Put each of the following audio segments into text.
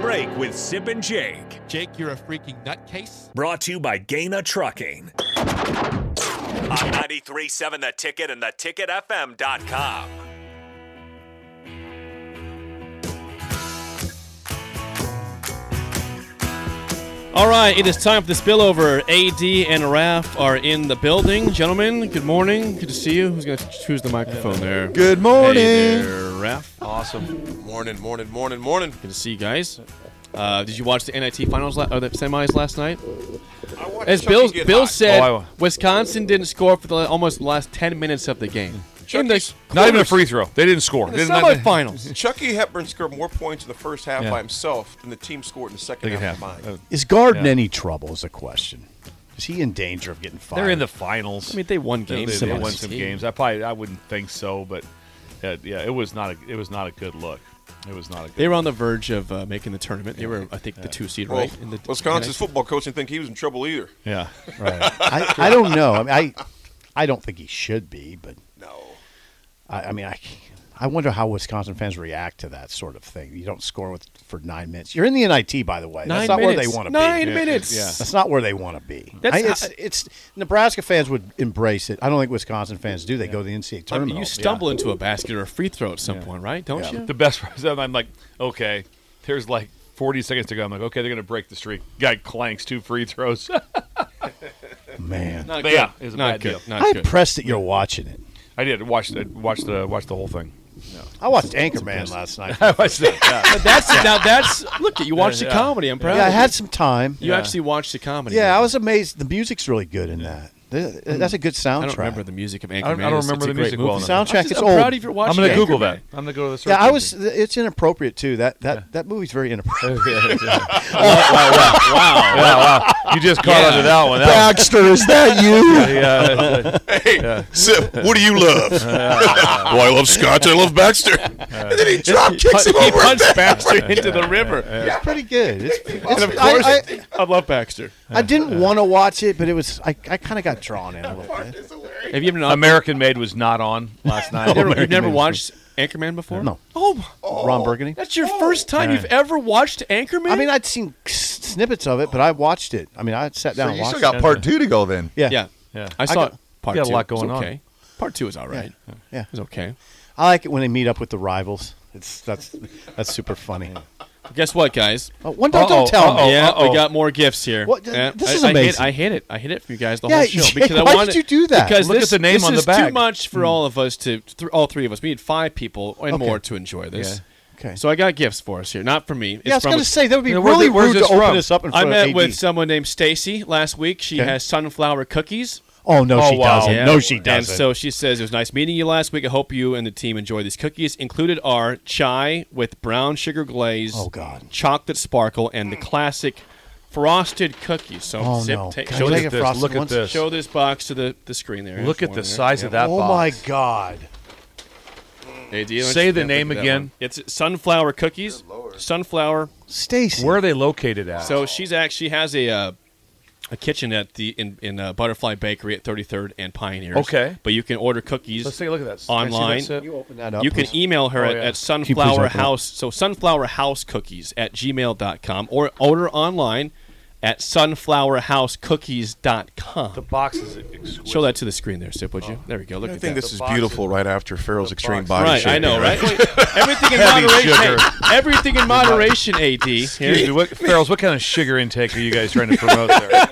break with Sip and Jake. Jake, you're a freaking nutcase. Brought to you by Gaina Trucking. On 93.7 The Ticket and theticketfm.com. All right, it is time for the spillover. AD and Raf are in the building. Gentlemen, good morning. Good to see you. Who's going to choose the microphone there? Good morning. Hey there, Raf. Awesome. Morning, morning, morning, morning. Good to see you guys. Uh, did you watch the NIT finals la- or the semis last night? I watched As Chucky Bill get Bill hot. said, Oh, I- Wisconsin didn't score for the la- almost the last ten minutes of the game. In the Chucky's- Not even a quarters- free throw. They didn't score. the They did not- semifinals. Chucky Hepburn scored more points in the first half Yeah. by himself than the team scored in the second They could half have. combined. Uh, Is Guard in any trouble? Is a question. Is he in danger of getting fired? They're in the finals. I mean, they won They- games. They, they semis. won some games. I probably I wouldn't think so, but uh, yeah, it was not a it was not a good look. It was not a good. They were on the verge of uh, making the tournament. They were, I think, the two seed, Well, right? in the Wisconsin's NIT. football coach didn't think he was in trouble either. yeah. Right. I, I don't know. I, mean, I I don't think he should be, but No. I, I mean, I I wonder how Wisconsin fans react to that sort of thing. You don't score with for nine minutes. You're in the NIT, by the way. Nine That's not minutes. where they want to be. Nine Yeah, minutes. yeah. That's not where they want to be. That's I- how- it's, it's Nebraska fans would embrace it. I don't think Wisconsin fans do. They go to the NCAA I mean, tournament. you stumble into a basket or a free throw at some point, right? Don't Yeah. you? The best was I'm I'm like, okay, there's like 40 seconds to go. I'm like, okay, they're gonna break the streak. Guy clanks two free throws. man. Not But yeah, it was a Not bad good. deal. Not I'm good. impressed that you're watching it. I did watch the watch the watch the whole thing. I watched Anchorman last night. I watched it. Yeah. But that's now that's look. You watched the Yeah. comedy. I'm proud. Yeah, I of had some time. You, you actually watched the comedy. Yeah, I was amazed. The music's really good in that. Th- That's a good soundtrack. I don't remember the music of Anchorman. I don't It's- it's remember a the great music movie. well enough. Soundtrack I'm just- is I'm old. proud of your watching. I'm gonna it. Google that. I'm gonna go to the search. Yeah, I was. engine. It's inappropriate too. That that that movie's very inappropriate. wow, wow, wow! You just caught Yeah. onto that one. That Baxter, is that you? was- yeah. Sip, what do you love? well, I love scotch. I love Baxter. And then he drop kicks him He over. a punched bit. Baxter into the river. It's pretty good. It's, it's, And of I- course, I, I, love Baxter. I didn't want to watch it, but it was. I, I kind of got drawn in a little bit. Have you ever not, American Made was not on last night. never, you've never watched Anchorman before? No, Oh, my- Ron Burgundy. that's your Oh. first time you've ever watched Anchorman. I mean, I'd seen snippets of it, but I watched it. I mean, I sat down. So and you watched still got it. part two to go then. Yeah. yeah, Yeah. I I saw got- part got a two. lot It was going on. okay. Part two is all right. Yeah, It's okay. I like it when they meet up with the rivals. It's that's that's super funny. Guess what, guys? Oh, one don't, don't Uh-oh, tell me. uh-oh. yeah, we uh-oh. got more gifts here. What? Yeah, This I- is I hate- amazing. I hate, it. I hate it for you guys the Yeah, whole show Jake, because I why did wanted, you do that? Because Look at this, the name this on the is too back. much for all of us to th- all three of us. We need five people and Hmm. Okay. more to enjoy this. Okay. So I got gifts for us here, not for me. It's Yeah, I was from gonna a- say that would be Yeah, where's really it- where's rude to this open from? this up in I front of met AD. with someone named Stacy last week. She Okay. has sunflower cookies. Oh no, Oh, she wow. doesn't. Yeah. No, she doesn't. And so she says, It was nice meeting you last week. I hope you and the team enjoy these cookies. Included are chai with brown sugar glaze, Oh, God. chocolate sparkle, and the classic frosted cookies. So, oh Zip, no, take- Can I show, take this, a this. frosted Look at once? this. show this box to the, the screen there. Look at One the there. size of Yeah. that Oh my box. god. Hey, do you- Say the yeah, name look at that again. one. It's sunflower cookies. Sunflower. Stacy. Where are they located at? So she's actually has a uh, a kitchen at the in in uh, Butterfly Bakery at 33rd and Pioneers. Okay. but you can order cookies. let's take a look at that. Can I see online. that, Sip? you open that up? You can please? email her Oh, at, yeah. at you please open sunflower it? house so sunflower house cookies at gmail.com or order online at The sunflowerhousecookies.com. box is exquisite. Show that to the screen there, Sip, would you? There we go. Look I at think that. this is box- beautiful right after Farrell's Extreme box- Body right, I Shaping, know, right? right? everything in Heavy moderation. sugar. hey, everything in moderation, AD. Excuse Here. me, what, Farrell's, what kind of sugar intake are you guys trying to promote there?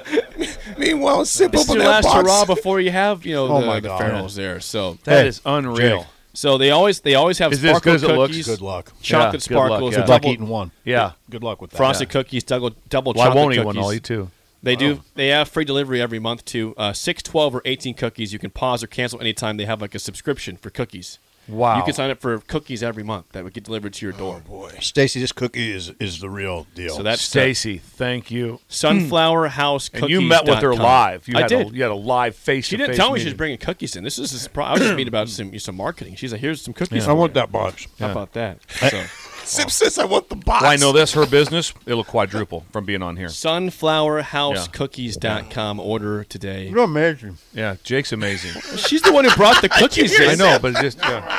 Meanwhile, Sip This is opened your that last box. hurrah before you have, you know, Oh the, my the God. ferals there. So That Hey, is unreal. Jake. so they always they always have Is it as sparkle good as it looks? cookies, Good luck. chocolate Yeah, good luck, sparkles, yeah. Good double, luck eating one. Yeah. Good luck with that. frosted cookies, double double Well, I chocolate won't eat cookies. one. I'll eat two. They do. They have free delivery every month to uh, six, twelve, or eighteen cookies. You can pause or cancel anytime. They have like a subscription for cookies. Wow. Oh. You can sign up for cookies every month that would get delivered to your door. Stacy, this cookie is is the real deal. So that's uh, Stacy, thank you. Sunflower House And you met with her live. You I had did. A, you had a live face. she didn't tell me she was bringing cookies in. This is a surprise. I was just mean about some some marketing. She's like, here's some cookies. for you." that box. How about that? So, Sip says, I want the box. Well, Oh, I know this. Her business. It'll quadruple from being on here. sunflowerhousecookies.com. Order today. You're amazing. Yeah, Jake's amazing. She's the one who brought the cookies in. I know, but it's just yeah.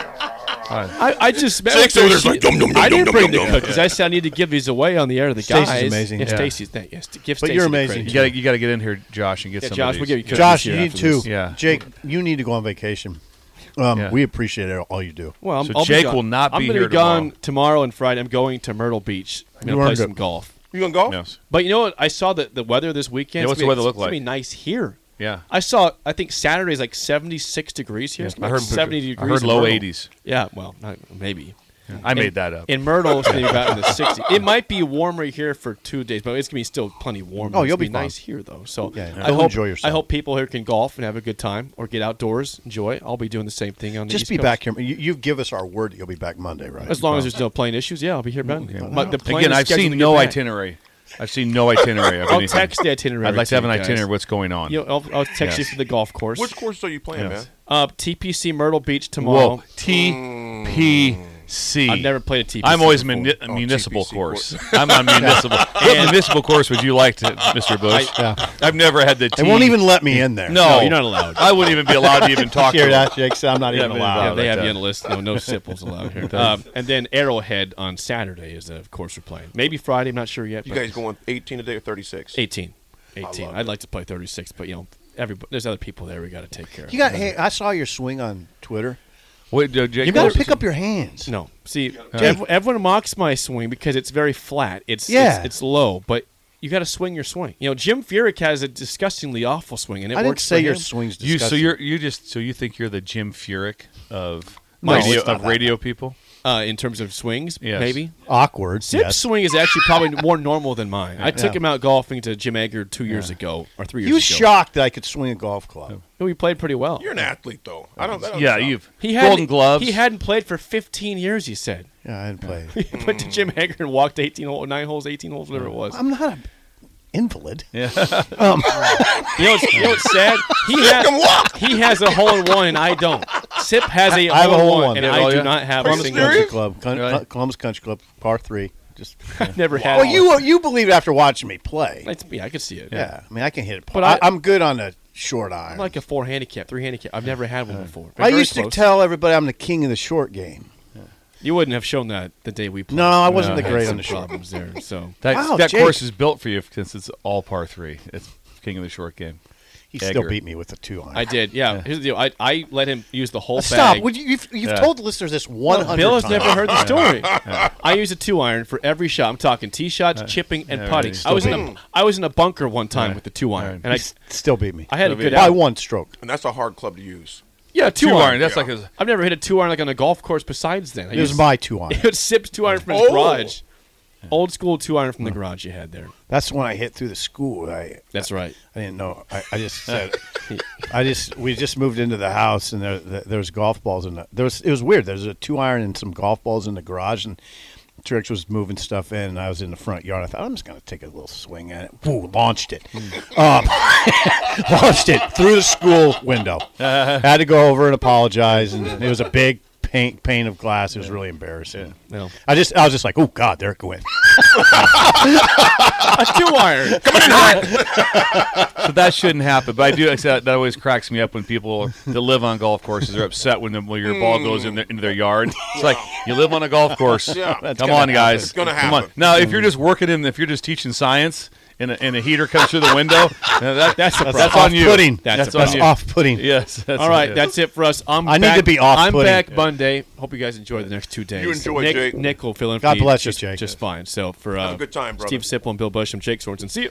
I, I just Jake's over there's like dum dum dum I dum didn't dum bring dum the dum. cookies. I said I need to give these away on the air to the Stacey's guys. amazing. Yes, Yeah. Stacy's. Thank yes. to Give But Stacey you're the credit. amazing, You got to you got to get in here, Josh, and get Yeah, some. Josh, of we'll these. give you cookies. Josh, here you need after this. to. Yeah. Jake, you need to go on vacation. Um, Yeah. We appreciate it- all you do. Well, I'm, So I'll be Jake gone. will not I'm be gonna here be gone tomorrow and Friday. I'm going to Myrtle Beach. I'm You gonna earned play some it. golf. You gonna golf? No. But you know what? I saw the, the weather this weekend. Yeah, It's what's the gonna be- weather look it's gonna Be like? nice here. Yeah. I saw. I think Saturday is like 76 degrees here. It's I like heard 70 I degrees. heard in low Myrtle. 80s. Yeah. Well, not, maybe. I In- made that up. In Myrtle, it's going to be about in the 60s. It might be warmer here for two days, but it's going to be still plenty warm. Oh, It's you'll gonna be fine. nice here though. So Yeah, yeah. I You'll hope enjoy yourself. I hope people here can golf and have a good time or get outdoors, enjoy. I'll be doing the same thing on the Just East be Coast. back here. You, you give us our word that you'll be back Monday, right? As long as there's no plane issues, yeah, I'll be here. Monday. My- the plane Again, is I've scheduled seen to no get back. itinerary. I've seen no itinerary. of I'll anything. text the itinerary. I'd like to have an you guys. itinerary. of What's going on? You know, I'll, I'll text you Yes. for the golf course. Which courses are you playing, Yes. Uh, TPC Myrtle Beach tomorrow. Whoa, TPC. I've never played a TPC. I'm always before. muni- Oh, municipal TPC course. I'm on municipal. what municipal course would you like to, Mr. Bush? Yeah. I've never had the. they won't even let me in there. No, No, you're not allowed. I wouldn't even be allowed to even talk. Hear to them. that, Jake? So I'm not even Yeah, allowed. Yeah, they that have you on does. the list. No, no sipples allowed here. Um, and then Arrowhead on Saturday is, uh, of course, we're playing. Maybe Friday. I'm not sure yet. You but guys going 18 today or 36? 18, 18. I'd like to play 36, but you know, everybody, there's other people there we got to take care of. You got. Hey, I saw your swing on Twitter. Wait, uh, Jake, You got to pick up your hands. No, see, ev- everyone mocks my swing because it's very flat. It's Yeah. it's, it's low, but you got to swing your swing. You know, Jim Furyk has a disgustingly awful swing, and it I didn't works say for your him. swings. You so disgusting. you're you just so you think you're the Jim Furyk of No, radio it's not of that radio people? uh, in terms of swings, Yes. maybe. awkward. Sip's yes. swing is actually probably more normal than mine. I took Yeah. him out golfing to Jim Egger two years ago or three years You ago. was shocked that I could swing a golf club. We played pretty well. You're an athlete, though. I don't. that don't Yeah, stop. you've He had Golden Gloves. He hadn't played for 15 years. He said Yeah, I didn't play. he went to Jim Hager and walked 18 hole, nine holes, 18 holes, whatever it was. Hmm. I'm not an invalid. You know, what's, you know what's sad? He has he has a hole in one and I don't. Sip has a I have a hole in hole in one, one. and Yeah, I oh, do yeah. not have a Are you single. serious? Country club, Col- Really? Columbus Country Club, par three. Just Never had. well, one. you you believe after watching me play. It's- yeah, I could see it. yeah. I mean I can hit it, But but I- I, am good on a short iron. I'm like a four handicap, three handicap. I've never had one before. I Very used close. to tell everybody I'm the king of the short game. you wouldn't have shown that the day we played. No, I wasn't the Had great some on the short. problems there. So that Wow, that Jake. course is built for you since it's all par three. It's king of the short game. He Egger. still beat me with a two iron. I did. Yeah. Here's the deal. I, I let him use the whole Stop! bag. Would you, you've you've Yeah. told the listeners this 100 Bill has times. never heard the story. I use a two iron for every shot. I'm talking tee shots, chipping, and yeah, putting. right. I was in a Still I was in a bunker one time with the two iron, and I Still beat me. I had a good by out. one stroke. And that's a hard club to use. yeah two, Two iron. iron. That's Yeah. like a I've never hit a two iron like on a golf course. Besides then, I It was used- my two iron. It was Sip's two iron from his Oh. garage. Old school two iron from the garage you had there. That's when I hit through the school. I That's right. I didn't know. I, I just said, I just we just moved into the house and there, there there was golf balls in the, there was it was weird. There was a two iron and some golf balls in the garage and Trix was moving stuff in and I was in the front yard. I thought I'm just gonna take a little swing at it. Woo, launched it, Hmm. um, launched it through the school window. Had to go over and apologize and it was a big paint pane of glass. It was really embarrassing. No. I just I was just like, oh god, there it went. A two iron. so that shouldn't happen. But I do. like I said, that always cracks me up when people that live on golf courses are upset when, the, when your ball goes in their, into their yard. It's like you live on a golf course. Yeah. That's Come gonna on, guys. It's gonna Come on. happen. Now, if you're just working in, if you're just teaching science. And a, and a heater comes through the window. now that- that's that's on you. Off-putting. That's, That's, on you. off-putting. Yes. That's All right, yeah. that's it for us. I'm I need back- to be off I'm putting. back Monday. Hope you guys enjoy the next two days. You enjoy, Nick, Jake. Nick will fill in. for God me bless you, just- Jake. Just fine. So for uh, a good time, brother. Steve Sipple and Bill Bush, I'm Jake Sorensen. See you.